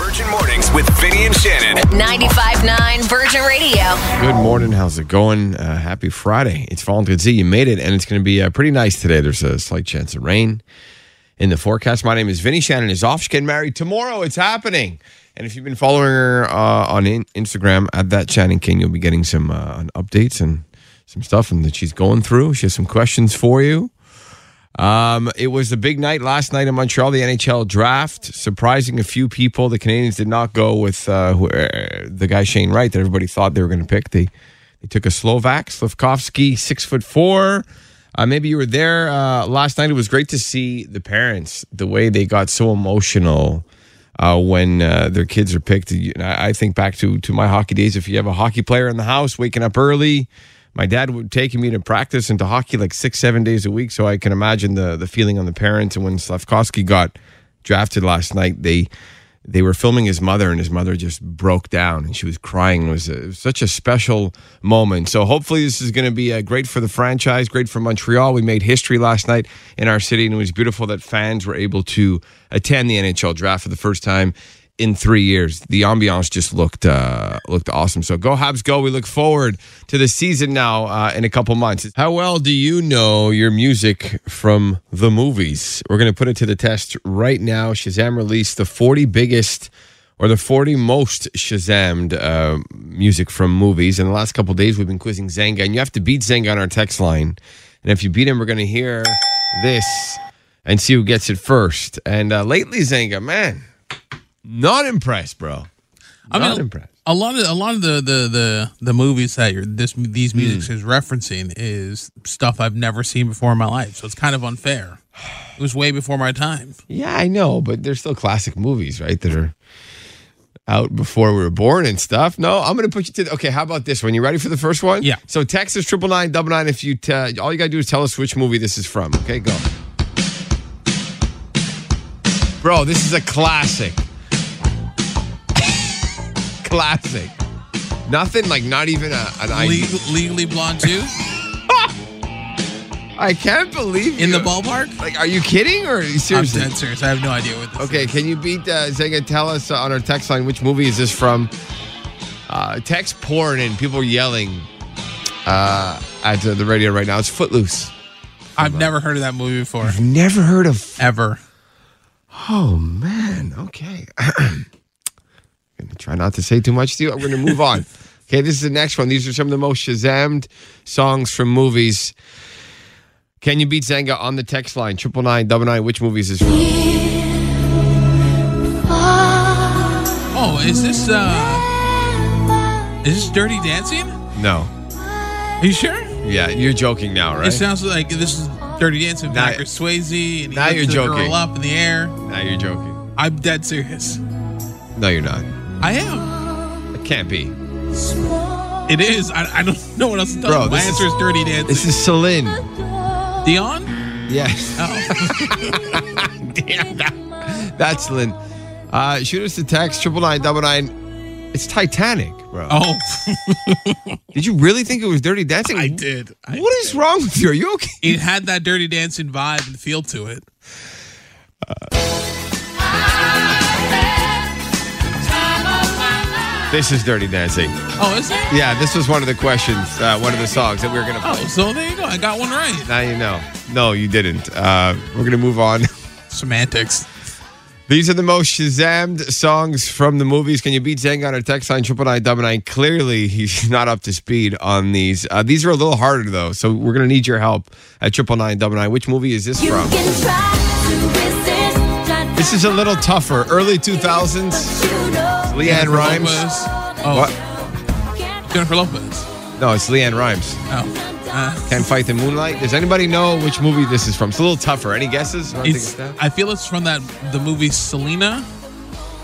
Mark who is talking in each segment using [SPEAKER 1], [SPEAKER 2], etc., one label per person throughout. [SPEAKER 1] Virgin Mornings with Vinny and Shannon.
[SPEAKER 2] 95.9 Virgin Radio.
[SPEAKER 3] Good morning. How's it going? Uh, happy Friday. It's Valentine's Day. You made it, and it's going to be uh, pretty nice today. There's a slight chance of rain in the forecast. My name is Vinny. Shannon is off. She's getting married tomorrow. It's happening. And if you've been following her uh, on in- Instagram at that Shannon King, you'll be getting some uh, an updates and some stuff and that she's going through. She has some questions for you. Um, it was a big night last night in Montreal, the NHL draft, surprising a few people. The Canadians did not go with uh, who, uh, the guy Shane Wright that everybody thought they were going to pick. They they took a Slovak, Slavkovsky, six foot four. Uh, maybe you were there uh, last night. It was great to see the parents, the way they got so emotional uh, when uh, their kids are picked. You know, I I think back to to my hockey days. If you have a hockey player in the house, waking up early, my dad would take me to practice and to hockey like six, seven days a week. So I can imagine the the feeling on the parents. And when Slavkovsky got drafted last night, they they were filming his mother, and his mother just broke down and she was crying. It was, a, it was such a special moment. So hopefully, this is going to be uh, great for the franchise, great for Montreal. We made history last night in our city, and it was beautiful that fans were able to attend the NHL draft for the first time in three years. The ambiance just looked uh, looked awesome. So go Habs, go! We look forward to the season now uh, in a couple months. How well do you know your music from the movies? We're going to put it to the test right now. Shazam released the 40 biggest or the 40 most Shazammed uh, music from movies. In the last couple days, we've been quizzing Zenga, and you have to beat Zenga on our text line. And if you beat him, we're going to hear this and see who gets it first. And uh, lately, Zenga, man, not impressed, bro.
[SPEAKER 4] I
[SPEAKER 3] Not
[SPEAKER 4] mean,
[SPEAKER 3] impressed.
[SPEAKER 4] A lot of a lot of the the the, the movies that you're, this
[SPEAKER 3] Hmm.
[SPEAKER 4] these musics is referencing is stuff I've never seen before in my life, so it's kind of unfair. It was way before my time.
[SPEAKER 3] Yeah, I know, but they're still classic movies, right? That are out before we were born and stuff. No, I'm going to put you to. The, okay, how about this one? You ready for the first one?
[SPEAKER 4] Yeah.
[SPEAKER 3] So Texas triple nine double nine. If you t- all you got to do is tell us which movie this is from. Okay, go. Bro, this is a classic. classic. Nothing like not even a, an idea.
[SPEAKER 4] Leg- Legally Blonde two
[SPEAKER 3] I can't believe
[SPEAKER 4] in the
[SPEAKER 3] you.
[SPEAKER 4] ballpark.
[SPEAKER 3] Like, are you kidding or
[SPEAKER 4] I'm
[SPEAKER 3] seriously?
[SPEAKER 4] dead serious. I have no idea what. This
[SPEAKER 3] Okay, can you beat uh, Zenga? Tell us uh, on our text line which movie is this from? Uh, text porn and people are yelling uh, at uh, the radio right now. It's Footloose.
[SPEAKER 4] is. I've never heard of that movie before
[SPEAKER 3] Never heard of.
[SPEAKER 4] ever.
[SPEAKER 3] Oh man. Okay. gonna try not to say too much to you. I'm gonna move on. Okay, this is the next one. These are some of the most Shazammed songs from movies. Can you beat Zenga on the text line? Triple nine double nine. Which movies is this from?
[SPEAKER 4] Oh, is this uh? Is this Dirty Dancing?
[SPEAKER 3] No.
[SPEAKER 4] Are you sure?
[SPEAKER 3] Yeah, you're joking now, right?
[SPEAKER 4] It sounds like this is Dirty Dancing.
[SPEAKER 3] Now-
[SPEAKER 4] Patrick Swayze. And he
[SPEAKER 3] now
[SPEAKER 4] lifts
[SPEAKER 3] you're
[SPEAKER 4] the
[SPEAKER 3] joking.
[SPEAKER 4] Girl up in the air.
[SPEAKER 3] now you're joking.
[SPEAKER 4] I'm dead serious.
[SPEAKER 3] No, you're not.
[SPEAKER 4] I am.
[SPEAKER 3] It can't be.
[SPEAKER 4] It is. I, I don't know what else to tell
[SPEAKER 3] Bro,
[SPEAKER 4] you. My
[SPEAKER 3] this is-
[SPEAKER 4] answer is dirty dancing.
[SPEAKER 3] This is Celine.
[SPEAKER 4] Dion?
[SPEAKER 3] Yes.
[SPEAKER 4] Oh.
[SPEAKER 3] Damn that. That's Celine. Uh, shoot us a text, triple nine double nine. It's Titanic, bro.
[SPEAKER 4] oh.
[SPEAKER 3] Did you really think it was Dirty Dancing?
[SPEAKER 4] I did. I
[SPEAKER 3] What is wrong with you? Are you okay?
[SPEAKER 4] It had that dirty dancing vibe and feel to it.
[SPEAKER 3] This is Dirty Dancing.
[SPEAKER 4] Oh, is it?
[SPEAKER 3] Yeah, this was one of the questions, uh, one of the songs that we were gonna.
[SPEAKER 4] Oh, so there you go. I got one right.
[SPEAKER 3] Now you know. No, you didn't. Uh, we're gonna move on.
[SPEAKER 4] Semantics.
[SPEAKER 3] These are the most Shazammed songs from the movies. Can you beat Zang on our text line triple nine double nine? Clearly, he's not up to speed on these. Uh, these are a little harder though, so we're gonna need your help at triple nine double nine. Which movie is this from? This is a little tougher. Early two thousands. Leanne Rhymes.
[SPEAKER 4] Lopez. Oh,
[SPEAKER 3] What?
[SPEAKER 4] Jennifer Lopez. Uh,
[SPEAKER 3] No, it's Leanne Rhymes.
[SPEAKER 4] Oh. Uh,
[SPEAKER 3] Can't fight the moonlight. Does anybody know which movie this is from? It's a little tougher. Any guesses? Want to take a
[SPEAKER 4] it's,
[SPEAKER 3] stab?
[SPEAKER 4] I feel it's from that the movie Selena.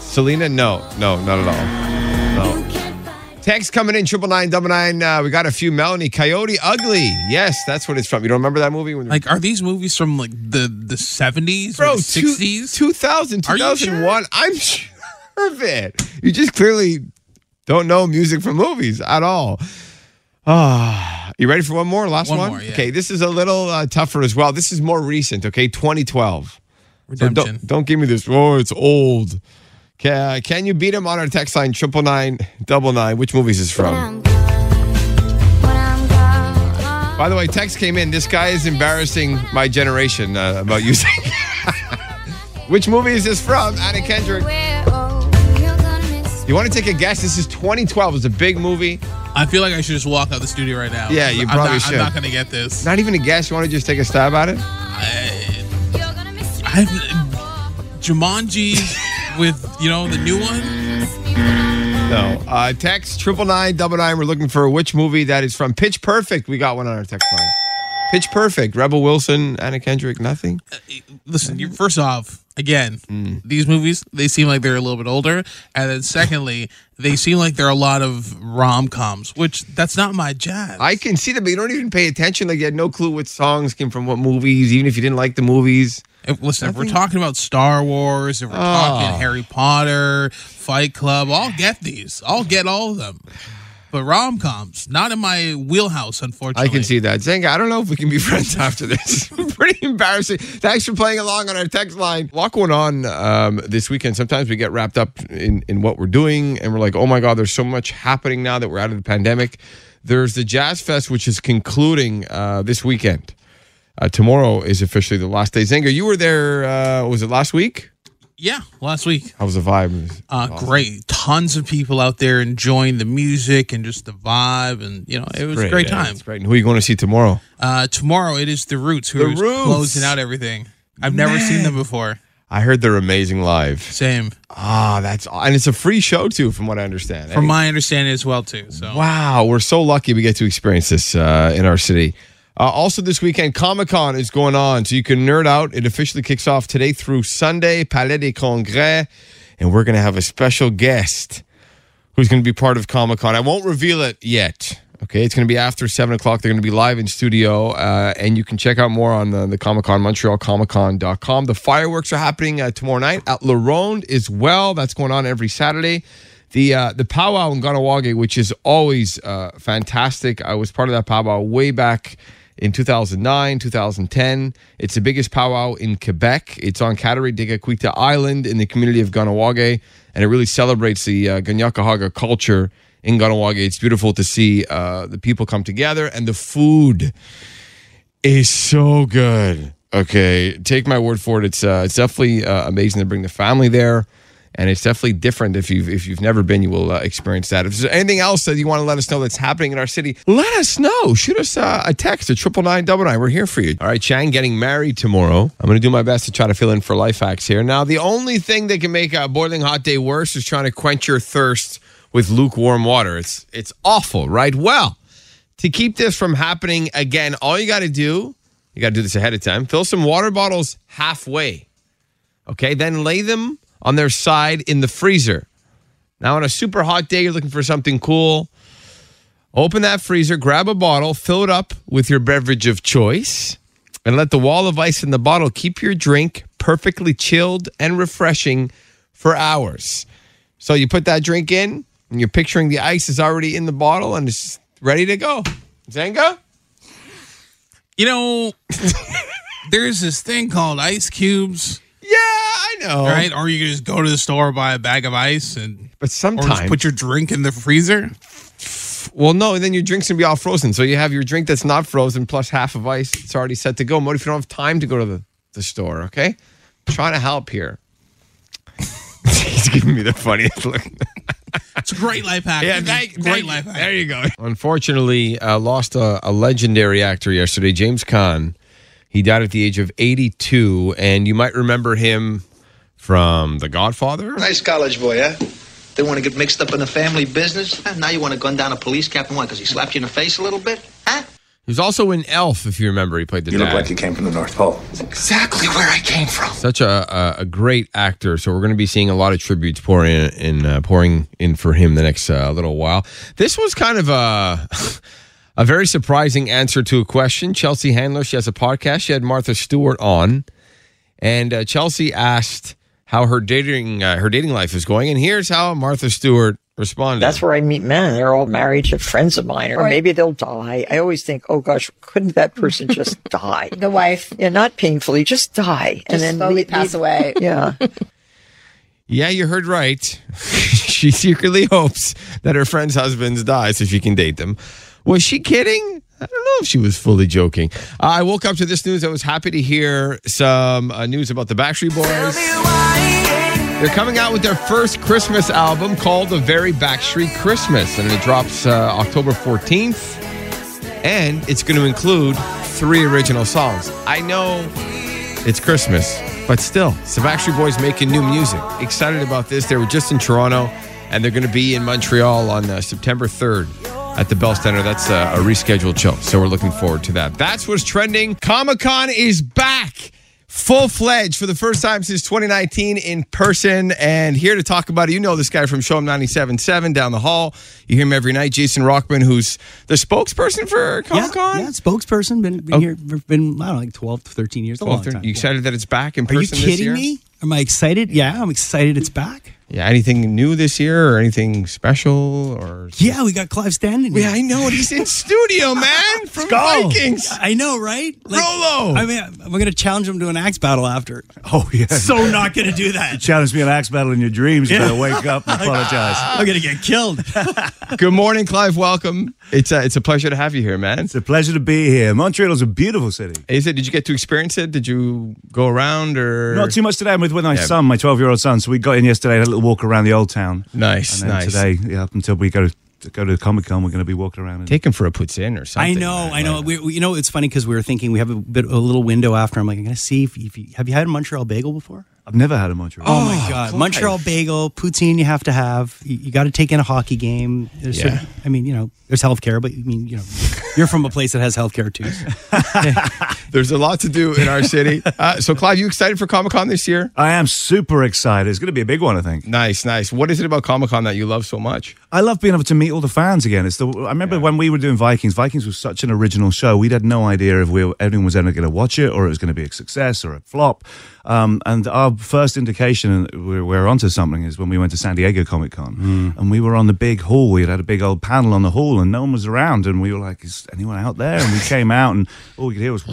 [SPEAKER 3] Selena? No, no, not at all. No. Text coming in triple nine double nine. Uh, we got a few. Melanie Coyote Ugly. Yes, that's what it's from. You don't remember that movie? When you-
[SPEAKER 4] Like, are these movies from like the the seventies or
[SPEAKER 3] bro,
[SPEAKER 4] the sixties?
[SPEAKER 3] two thousand, two
[SPEAKER 4] Are you
[SPEAKER 3] thousand one. 2000, 2001. I'm sure of it. You just clearly don't know music from movies at all. Ah, you ready for one more? Last one.
[SPEAKER 4] One more, yeah.
[SPEAKER 3] Okay, this is a little uh, tougher as well. This is more recent. Okay, 2012. So
[SPEAKER 4] Redemption.
[SPEAKER 3] don't, don't give me this. Oh, it's old. Can, can you beat him on our text line triple nine double nine? Which movies is from? By the way, text came in. This guy is embarrassing my generation uh, about using. Which movie is this from? Anna Kendrick. You want to take a guess? This is 2012. It's a big movie.
[SPEAKER 4] I feel like I should just walk out the studio right now.
[SPEAKER 3] Yeah, you
[SPEAKER 4] I'm
[SPEAKER 3] probably
[SPEAKER 4] not,
[SPEAKER 3] should.
[SPEAKER 4] I'm not gonna get this.
[SPEAKER 3] Not even a guess. You want to just take a stab at it?
[SPEAKER 4] I've, Jumanji with you know the new one.
[SPEAKER 5] Mm.
[SPEAKER 3] No. Uh, text triple nine double nine. We're looking for which movie that is from. Pitch Perfect. We got one on our text line. Pitch Perfect. Rebel Wilson, Anna Kendrick. Nothing.
[SPEAKER 4] Listen, you, first off, again, these movies they seem like they're a little bit older, and then secondly, they seem like they're a lot of rom coms, which that's not my jazz.
[SPEAKER 3] I can see them, but you don't even pay attention. Like you had no clue what songs came from what movies, even if you didn't like the movies.
[SPEAKER 4] If- listen, if we're talking about Star Wars, if we're
[SPEAKER 3] Ah.
[SPEAKER 4] talking Harry Potter, Fight Club, I'll get these. I'll get all of them. But rom coms, not in my wheelhouse,
[SPEAKER 3] I
[SPEAKER 4] unfortunately.
[SPEAKER 3] can see that. Zenga, I don't know if we can be friends after this. Pretty embarrassing. Thanks for playing along on our text line. A lot going on um, this weekend. Sometimes we get wrapped up in, in what we're doing and we're like, oh my God, there's so much happening now that we're out of the pandemic. There's the Jazz Fest, which is concluding uh, this weekend. Uh, tomorrow is officially the last day. Zenga, you were there, uh, was it last week?
[SPEAKER 4] Yeah, last week.
[SPEAKER 3] How was the vibe?
[SPEAKER 4] Uh, Great. Tons of people out there enjoying the music and just the vibe. And, you know, it was a great
[SPEAKER 3] yeah,
[SPEAKER 4] time.
[SPEAKER 3] It's great. And who are you going to see tomorrow?
[SPEAKER 4] Uh, tomorrow, it is The Roots who
[SPEAKER 3] The
[SPEAKER 4] is
[SPEAKER 3] Roots.
[SPEAKER 4] closing out everything. I've never seen them before.
[SPEAKER 3] I heard they're amazing live.
[SPEAKER 4] Same.
[SPEAKER 3] Ah, that's and it's a free show too, from what I understand.
[SPEAKER 4] From my understanding as well, too. So,
[SPEAKER 3] wow, we're so lucky we get to experience this uh, in our city. Uh, also, this weekend Comic Con is going on, so you can nerd out. It officially kicks off today through Sunday, Palais des Congrès, and we're gonna have a special guest who's gonna be part of Comic Con. I won't reveal it yet. Okay, it's gonna be after seven o'clock. They're gonna be live in studio, uh, and you can check out more on the, the Comic Con Montreal Comic Con.com. The fireworks are happening uh, tomorrow night at La Ronde as well. That's going on every Saturday the uh, the powwow in Ganawage, which is always uh, fantastic. I was part of that powwow way back in 2009, 2010. It's the biggest powwow in Quebec. It's on Catarigdigaquita Island in the community of Ganawage, and it really celebrates the uh, Ganyakahaga culture in Ganawage. It's beautiful to see uh, the people come together and the food is so good. Okay, take my word for it. It's uh, it's definitely uh, amazing to bring the family there, and it's definitely different if you've if you've never been, you will uh, experience that. If there's anything else that you want to let us know that's happening in our city, let us know. Shoot us uh, a text at triple nine double nine. We're here for you. All right, Chang getting married tomorrow. I'm gonna do my best to try to fill in for life hacks here. Now, the only thing that can make a boiling hot day worse is trying to quench your thirst with lukewarm water. It's it's awful, right? Well to keep this from happening again, all you got to do, you got to do this ahead of time, fill some water bottles halfway. Okay, then lay them on their side in the freezer. Now, on a super hot day, you're looking for something cool. Open that freezer, grab a bottle, fill it up with your beverage of choice, and let the wall of ice in the bottle keep your drink perfectly chilled and refreshing for hours. So you put that drink in, and you're picturing the ice is already in the bottle and it's ready to go. Zenga?
[SPEAKER 4] you know, there's this thing called ice cubes.
[SPEAKER 3] Yeah, I know.
[SPEAKER 4] right? Or you can just go to the store, buy a bag of ice, and
[SPEAKER 3] But
[SPEAKER 4] or just
[SPEAKER 3] sometimes,
[SPEAKER 4] put your drink in the freezer.
[SPEAKER 3] well, no, then your drink's gonna be all frozen. So you have your drink that's not frozen plus half of ice. It's already set to go. What if you don't have time to go to the, the store? Okay, I'm trying to help here. He's giving me the funniest look.
[SPEAKER 4] It's a great life hack.
[SPEAKER 3] thank-
[SPEAKER 4] great
[SPEAKER 3] thank you.
[SPEAKER 4] life hack.
[SPEAKER 3] There you go. Unfortunately, uh, lost a, a legendary actor yesterday, James Caan. He died at the age of 82, and you might remember him from The Godfather.
[SPEAKER 6] Nice college boy, huh? They want to get mixed up in the family business? Huh? Now you want to gun down a police captain? Why? Because he slapped you in the face a little bit? Huh?
[SPEAKER 3] He was also in Elf, if you remember. He played the
[SPEAKER 7] You
[SPEAKER 3] dad.
[SPEAKER 7] look like you came from the North Pole.
[SPEAKER 6] Exactly where I came from.
[SPEAKER 3] Such a, a, a great actor. So we're going to be seeing a lot of tributes pouring in, in uh, pouring in for him the next uh, little while. This was kind of a a very surprising answer to a question. Chelsea Handler, she has a podcast. She had Martha Stewart on, and uh, Chelsea asked how her dating uh, her dating life is going, and here's how Martha Stewart responded.
[SPEAKER 8] That's where I meet men. They're all married to friends of mine, or maybe they'll die. I always think, oh gosh, couldn't that person just die?
[SPEAKER 9] the wife
[SPEAKER 8] Yeah, not painfully, just die,
[SPEAKER 9] just slowly
[SPEAKER 8] leave-
[SPEAKER 9] pass
[SPEAKER 8] leave-
[SPEAKER 9] away.
[SPEAKER 8] Yeah,
[SPEAKER 3] Yeah, you heard right. she secretly hopes that her friends' husbands die so she can date them. Was she kidding? I don't know if she was fully joking. Uh, I woke up to this news. I was happy to hear some uh, news about the Backstreet Boys. They're coming out with their first Christmas album called The Very Backstreet Christmas, and it drops uh, October 14th. And it's going to include three original songs. I know it's Christmas, but still, it's the Backstreet Boys making new music. Excited about this. They were just in Toronto, and they're going to be in Montreal on uh, September 3rd at the Bell Center. That's uh, a rescheduled show, so we're looking forward to that. That's what's trending. Comic Con is back, full fledged for the first time since 2019 in person, and here to talk about it. You know this guy from Show 97.7 down the hall. You hear him every night, Jason Rockman, who's the spokesperson for Comic Con.
[SPEAKER 7] Yeah, yeah, spokesperson. Been, been here for been, I don't know, like 12 to 13 years. a long time.
[SPEAKER 3] Oh. You
[SPEAKER 7] Yeah.
[SPEAKER 3] excited that it's back in person
[SPEAKER 7] Are you
[SPEAKER 3] this
[SPEAKER 7] kidding
[SPEAKER 3] year?
[SPEAKER 7] me? Am I excited? Yeah, I'm excited it's back.
[SPEAKER 3] Yeah, anything new this year or anything special or
[SPEAKER 7] Yeah, we got Clive Standing.
[SPEAKER 3] Yeah, I know it. He's in studio, man, from Vikings.
[SPEAKER 7] I know, right?
[SPEAKER 3] Rolo!
[SPEAKER 7] I mean, we're going to challenge him to an axe battle after.
[SPEAKER 9] Oh yeah.
[SPEAKER 7] So not going to do that.
[SPEAKER 9] Challenge me an axe battle in your dreams. You better wake up and apologize.
[SPEAKER 7] I'm going to get killed.
[SPEAKER 3] Good morning, Clive. Welcome. It's a, it's a pleasure to have you here, man.
[SPEAKER 9] It's a pleasure to be here. Montreal's a beautiful city.
[SPEAKER 3] Is it? Did you get to experience it? Did you go around or
[SPEAKER 9] Not too much today. I'm with, with my son, my 12 year old son. So we got in yesterday, had a little walk around the old town.
[SPEAKER 3] Nice,
[SPEAKER 9] and then
[SPEAKER 3] nice.
[SPEAKER 9] Today, yeah, up until we go to go to the Comic Con, we're going to be walking around. And,
[SPEAKER 3] Take him for a puts in or
[SPEAKER 7] I
[SPEAKER 3] something.
[SPEAKER 7] know,
[SPEAKER 3] man.
[SPEAKER 7] I know.
[SPEAKER 3] Like,
[SPEAKER 7] We, we- you know, it's funny because we were thinking we have a bit a little window after. I'm like, I'm going to see if, if you have you had a Montreal bagel before?
[SPEAKER 9] I've never had a Montreal.
[SPEAKER 7] Oh, my God. Montreal bagel, poutine you have to have. You, you got to take in a hockey game. There's
[SPEAKER 3] Yeah.
[SPEAKER 7] certain- I mean, you know, there's healthcare, but I mean, you know, you're from a place that has healthcare too. so.
[SPEAKER 3] There's a lot to do in our city. uh, so, Clive, you excited for Comic Con this year?
[SPEAKER 9] I am super excited. It's going to be a big one, I think.
[SPEAKER 3] Nice, nice. What is it about Comic Con that you love so much?
[SPEAKER 9] I love being able to meet all the fans again. It's the I remember when we were doing Vikings. Vikings was such an original show. We'd had no idea if we were, anyone was ever going to watch it, or it was going to be a success or a flop. Um, and our first indication that we're, we're onto something is when we went to San Diego Comic Con, and we were on the big hall. We had had a big old panel on the hall, and no one was around. And we were like, "Is anyone out there?" And we came out, and all we could hear was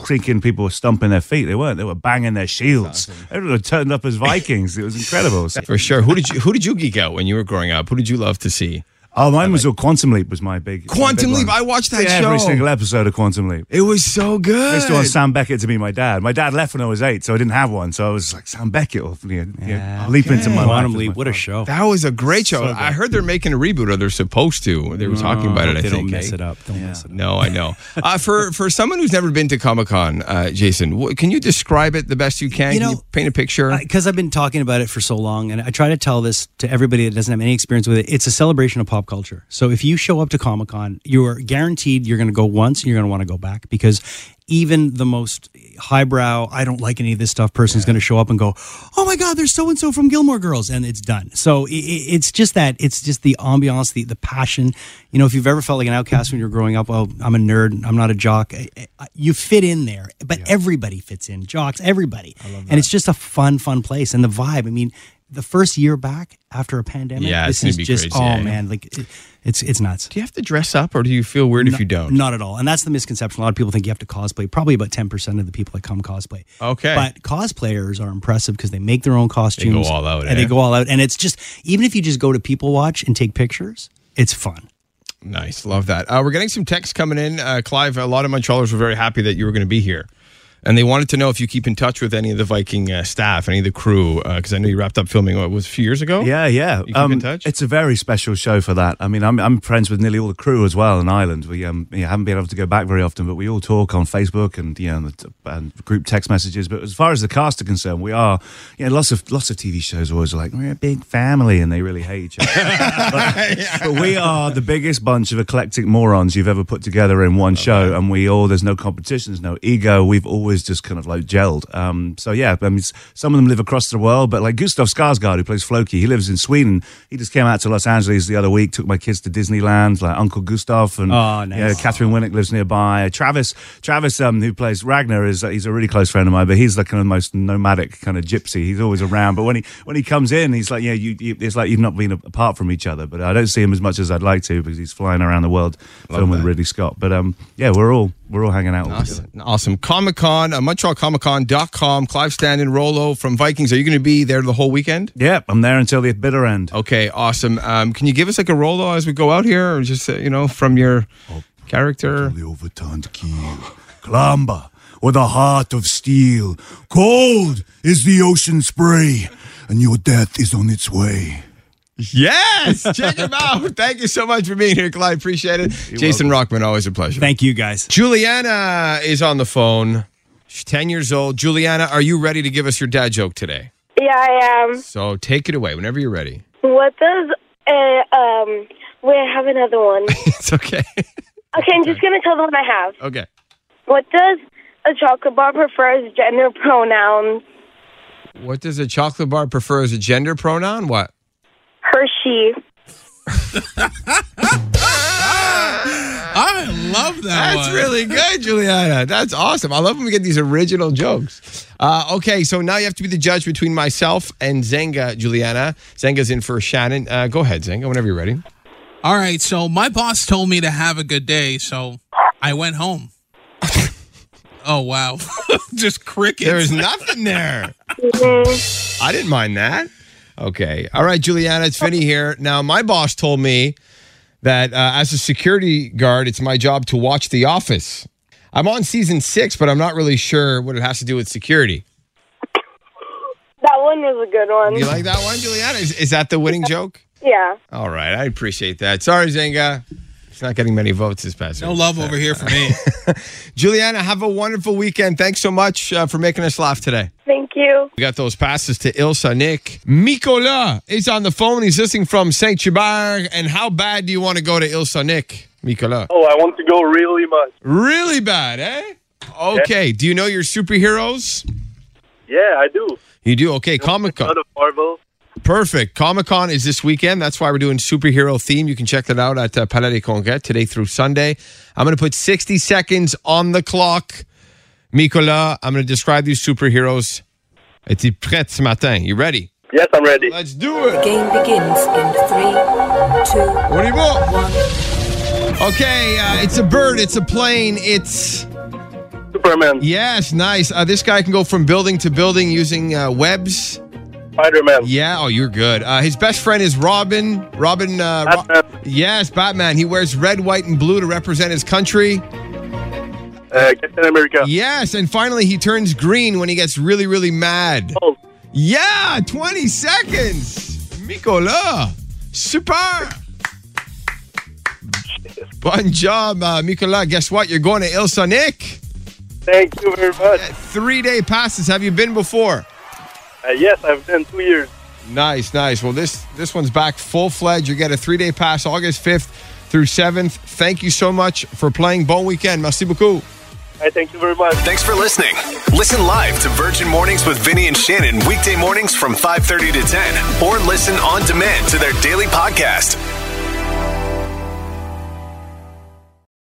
[SPEAKER 9] creaking. People were stomping their feet. They weren't. They were banging their shields. Everyone had turned up as Vikings. It was incredible. So-
[SPEAKER 3] For sure. Who did you Who did you geek out when you were growing up? Who did you love to see?
[SPEAKER 9] Oh, mine was all Quantum Leap was my big my
[SPEAKER 3] Quantum
[SPEAKER 9] big
[SPEAKER 3] Leap.
[SPEAKER 9] one.
[SPEAKER 3] I watched that
[SPEAKER 9] Yeah, every
[SPEAKER 3] show.
[SPEAKER 9] single episode of Quantum Leap.
[SPEAKER 3] It was so good.
[SPEAKER 9] I used to want Sam Beckett to be my dad. My dad left when I was eight, so I didn't have one. So I was like Sam Beckett, or, you know, leap into my
[SPEAKER 7] Quantum
[SPEAKER 9] life.
[SPEAKER 7] Leap, what a show.
[SPEAKER 3] That was a great show. I heard they're making a reboot, or they're supposed to. They were talking about it. I
[SPEAKER 7] Oh, they
[SPEAKER 3] think.
[SPEAKER 7] don't mess
[SPEAKER 3] eh?
[SPEAKER 7] it up. Don't mess it up.
[SPEAKER 3] No, I know. uh, for for someone who's never been to Comic Con, uh, Jason, wh- can you describe it the best you can?
[SPEAKER 7] You
[SPEAKER 3] Can
[SPEAKER 7] know,
[SPEAKER 3] paint a picture.
[SPEAKER 7] Because I've been talking about it for so long, and I try to tell this to everybody that doesn't have any experience with it. It's a celebration of pop culture. So if you show up to Comic Con, you are guaranteed you're going to go once and you're going to want to go back because even the most highbrow, I don't like any of this stuff person is going to show up and go, oh my God, there's so and so from Gilmore Girls, and it's done. So i i- it's just that it's just the ambiance, the the passion. You know, if you've ever felt like an outcast when you're growing up, oh, I'm a nerd, I'm not a jock. I, I- I- you fit in there, but everybody fits in, jocks, everybody, and it's just a fun, fun place. And the vibe, I mean. The first year back after a pandemic,
[SPEAKER 3] Yeah,
[SPEAKER 7] this
[SPEAKER 3] it's gonna
[SPEAKER 7] is
[SPEAKER 3] be
[SPEAKER 7] just
[SPEAKER 3] crazy, eh?
[SPEAKER 7] oh
[SPEAKER 3] yeah, yeah.
[SPEAKER 7] man, like it, it's it's nuts.
[SPEAKER 3] do you have to dress up, or do you feel weird if you don't?
[SPEAKER 7] Not at all. And that's the misconception. A lot of people think you have to cosplay. Probably about 10% of the people that come cosplay.
[SPEAKER 3] Okay.
[SPEAKER 7] But cosplayers are impressive because they make their own costumes.
[SPEAKER 3] all out,
[SPEAKER 7] And
[SPEAKER 3] eh?
[SPEAKER 7] they go all out. And it's just, even if you just go to people watch and take pictures, it's fun.
[SPEAKER 3] Nice, love that. Uh, we're getting some texts coming in, uh, Clive. A lot of Montrealers were very happy that you were going to be here, and they wanted to know if you keep in touch with any of the Viking uh, staff, any of the crew, because I know you wrapped up filming. What was it, a few years ago?
[SPEAKER 9] Yeah, yeah. Um,
[SPEAKER 3] You keep in touch?
[SPEAKER 9] It's a very special show for that. I mean, I'm, I'm friends with nearly all the crew as well in Ireland. We um, yeah, haven't been able to go back very often, but we all talk on Facebook and you know and, and group text messages. But as far as the cast are concerned, we are you know lots of lots of TV shows always are like we're a big family and they really hate each other. but, but we are the biggest bunch of eclectic morons you've ever put together in one show, and we all there's no competition, there's no ego. We've always just kind of like gelled. Um, so yeah, I mean, s- some of them live across the world, but like Gustav Skarsgård, who plays Floki, he lives in Sweden. He just came out to Los Angeles the other week, took my kids to Disneyland, like Uncle Gustav, and
[SPEAKER 7] Oh, nice.
[SPEAKER 9] you know, Catherine Winnick lives nearby. Travis, Travis, um, who plays Ragnar, is uh, he's a really close friend of mine, but he's like kind of the most nomadic kind of gypsy. He's always around, but when he when he comes in, he's like, yeah, you, you it's like you've not been apart from each other. But I don't see him as much as I'd like to because he's flying around the world filming with Ridley Scott. But um, yeah, we're all we're all hanging out. with each other.
[SPEAKER 3] Awesome. awesome. Comic Con, uh, MontrealComicCon.com. Clive Standing, Rolo from Vikings. Are you going to be there the whole weekend?
[SPEAKER 9] Yep, I'm there until the bitter end.
[SPEAKER 3] Okay, awesome. Um, can you give us like a Rolo as we go out here or just, uh, you know, from your character?
[SPEAKER 9] The overturned keel. Clamber with a heart of steel. Cold is the ocean spray, and your death is on its way.
[SPEAKER 3] Yes. Check him out. Thank you so much for being here, Clive. Appreciate it. Jason Rockman, always a pleasure.
[SPEAKER 7] Thank you guys.
[SPEAKER 3] Juliana is on the phone. She's 10 years old. Juliana, are you ready to give us your dad joke today?
[SPEAKER 5] Yeah, I am.
[SPEAKER 3] So take it away whenever you're ready.
[SPEAKER 5] What does uh, um? Wait, I have another one.
[SPEAKER 3] It's okay.
[SPEAKER 5] Okay, I'm just gonna tell the one I have.
[SPEAKER 3] okay.
[SPEAKER 5] What does a chocolate bar prefer as gender pronouns?
[SPEAKER 3] What does a chocolate bar prefer as a gender pronoun? What?
[SPEAKER 5] Hershey.
[SPEAKER 4] I love that
[SPEAKER 3] That's
[SPEAKER 4] one.
[SPEAKER 3] really good, Juliana. That's awesome. I love when we get these original jokes. Uh, okay, so now you have to be the judge between myself and Zenga, Juliana. Zenga's in for Shannon. Uh, go ahead, Zenga, whenever you're ready.
[SPEAKER 4] All right, so my boss told me to have a good day, so I went home. oh wow, just crickets.
[SPEAKER 3] There is nothing there. I didn't mind that. Okay. All right, Juliana, it's Vinny here. Now, my boss told me that uh, as a security guard, it's my job to watch The Office. I'm on season six, but I'm not really sure what it has to do with security.
[SPEAKER 5] That one was a good one.
[SPEAKER 3] You like that one, Juliana? Is, is that the winning joke?
[SPEAKER 5] yeah.
[SPEAKER 3] All right, I appreciate that. Sorry, Zenga. It's not getting many votes this past
[SPEAKER 4] no
[SPEAKER 3] week.
[SPEAKER 4] love over here for me.
[SPEAKER 3] Juliana, have a wonderful weekend. Thanks so much uh, for making us laugh today.
[SPEAKER 5] Thank you.
[SPEAKER 3] We got those passes to Ilsa Nick. Mikola is on the phone. He's listening from St. Chibard. And how bad do you want to go to Ilsa Nick, Mikola?
[SPEAKER 10] Oh, I want to go really much.
[SPEAKER 3] Really bad, eh? Okay, do you know your superheroes?
[SPEAKER 10] Yeah, I do.
[SPEAKER 3] You do? Okay, Comic Con.
[SPEAKER 10] Out of Marvel.
[SPEAKER 3] Perfect. Comic Con is this weekend. That's why we're doing superhero theme. You can check that out at uh, Palais des Congrès today through Sunday. I'm going to put 60 seconds on the clock. Mikola, I'm going to describe these superheroes. It's prêt ce matin. You ready?
[SPEAKER 10] Yes, I'm ready.
[SPEAKER 3] Let's do it.
[SPEAKER 11] Game begins in three, two,
[SPEAKER 3] What do you want?
[SPEAKER 11] one.
[SPEAKER 3] Okay, uh, it's a bird. It's a plane. It's.
[SPEAKER 10] Superman,
[SPEAKER 3] Yes, nice. Uh, this guy can go from building to building using uh, webs.
[SPEAKER 10] Spider-Man,
[SPEAKER 3] Yeah, oh, you're good. Uh, his best friend is Robin. Robin. Uh, Ro-
[SPEAKER 10] Batman.
[SPEAKER 3] yes, Batman. He wears red, white, and blue to represent his country.
[SPEAKER 10] uh, Captain America,
[SPEAKER 3] Yes, and finally, he turns green when he gets really, really mad.
[SPEAKER 10] Hulk,
[SPEAKER 3] Yeah, 20 seconds. Mikola. Super. Bon job, uh, Mikola. Guess what? You're going to Il Sonic.
[SPEAKER 10] Thank you very much.
[SPEAKER 3] Three day passes. Have you been before?
[SPEAKER 10] Uh, yes, I've been two years.
[SPEAKER 3] Nice, nice. Well, this this one's back full fledged. You get a three day pass August 5th through 7th. Thank you so much for playing. Bon weekend. Merci beaucoup.
[SPEAKER 10] I thank you very much.
[SPEAKER 1] Thanks for listening. Listen live to Virgin Mornings with Vinny and Shannon weekday mornings from 5:30 to 10 or listen on demand to their daily podcast.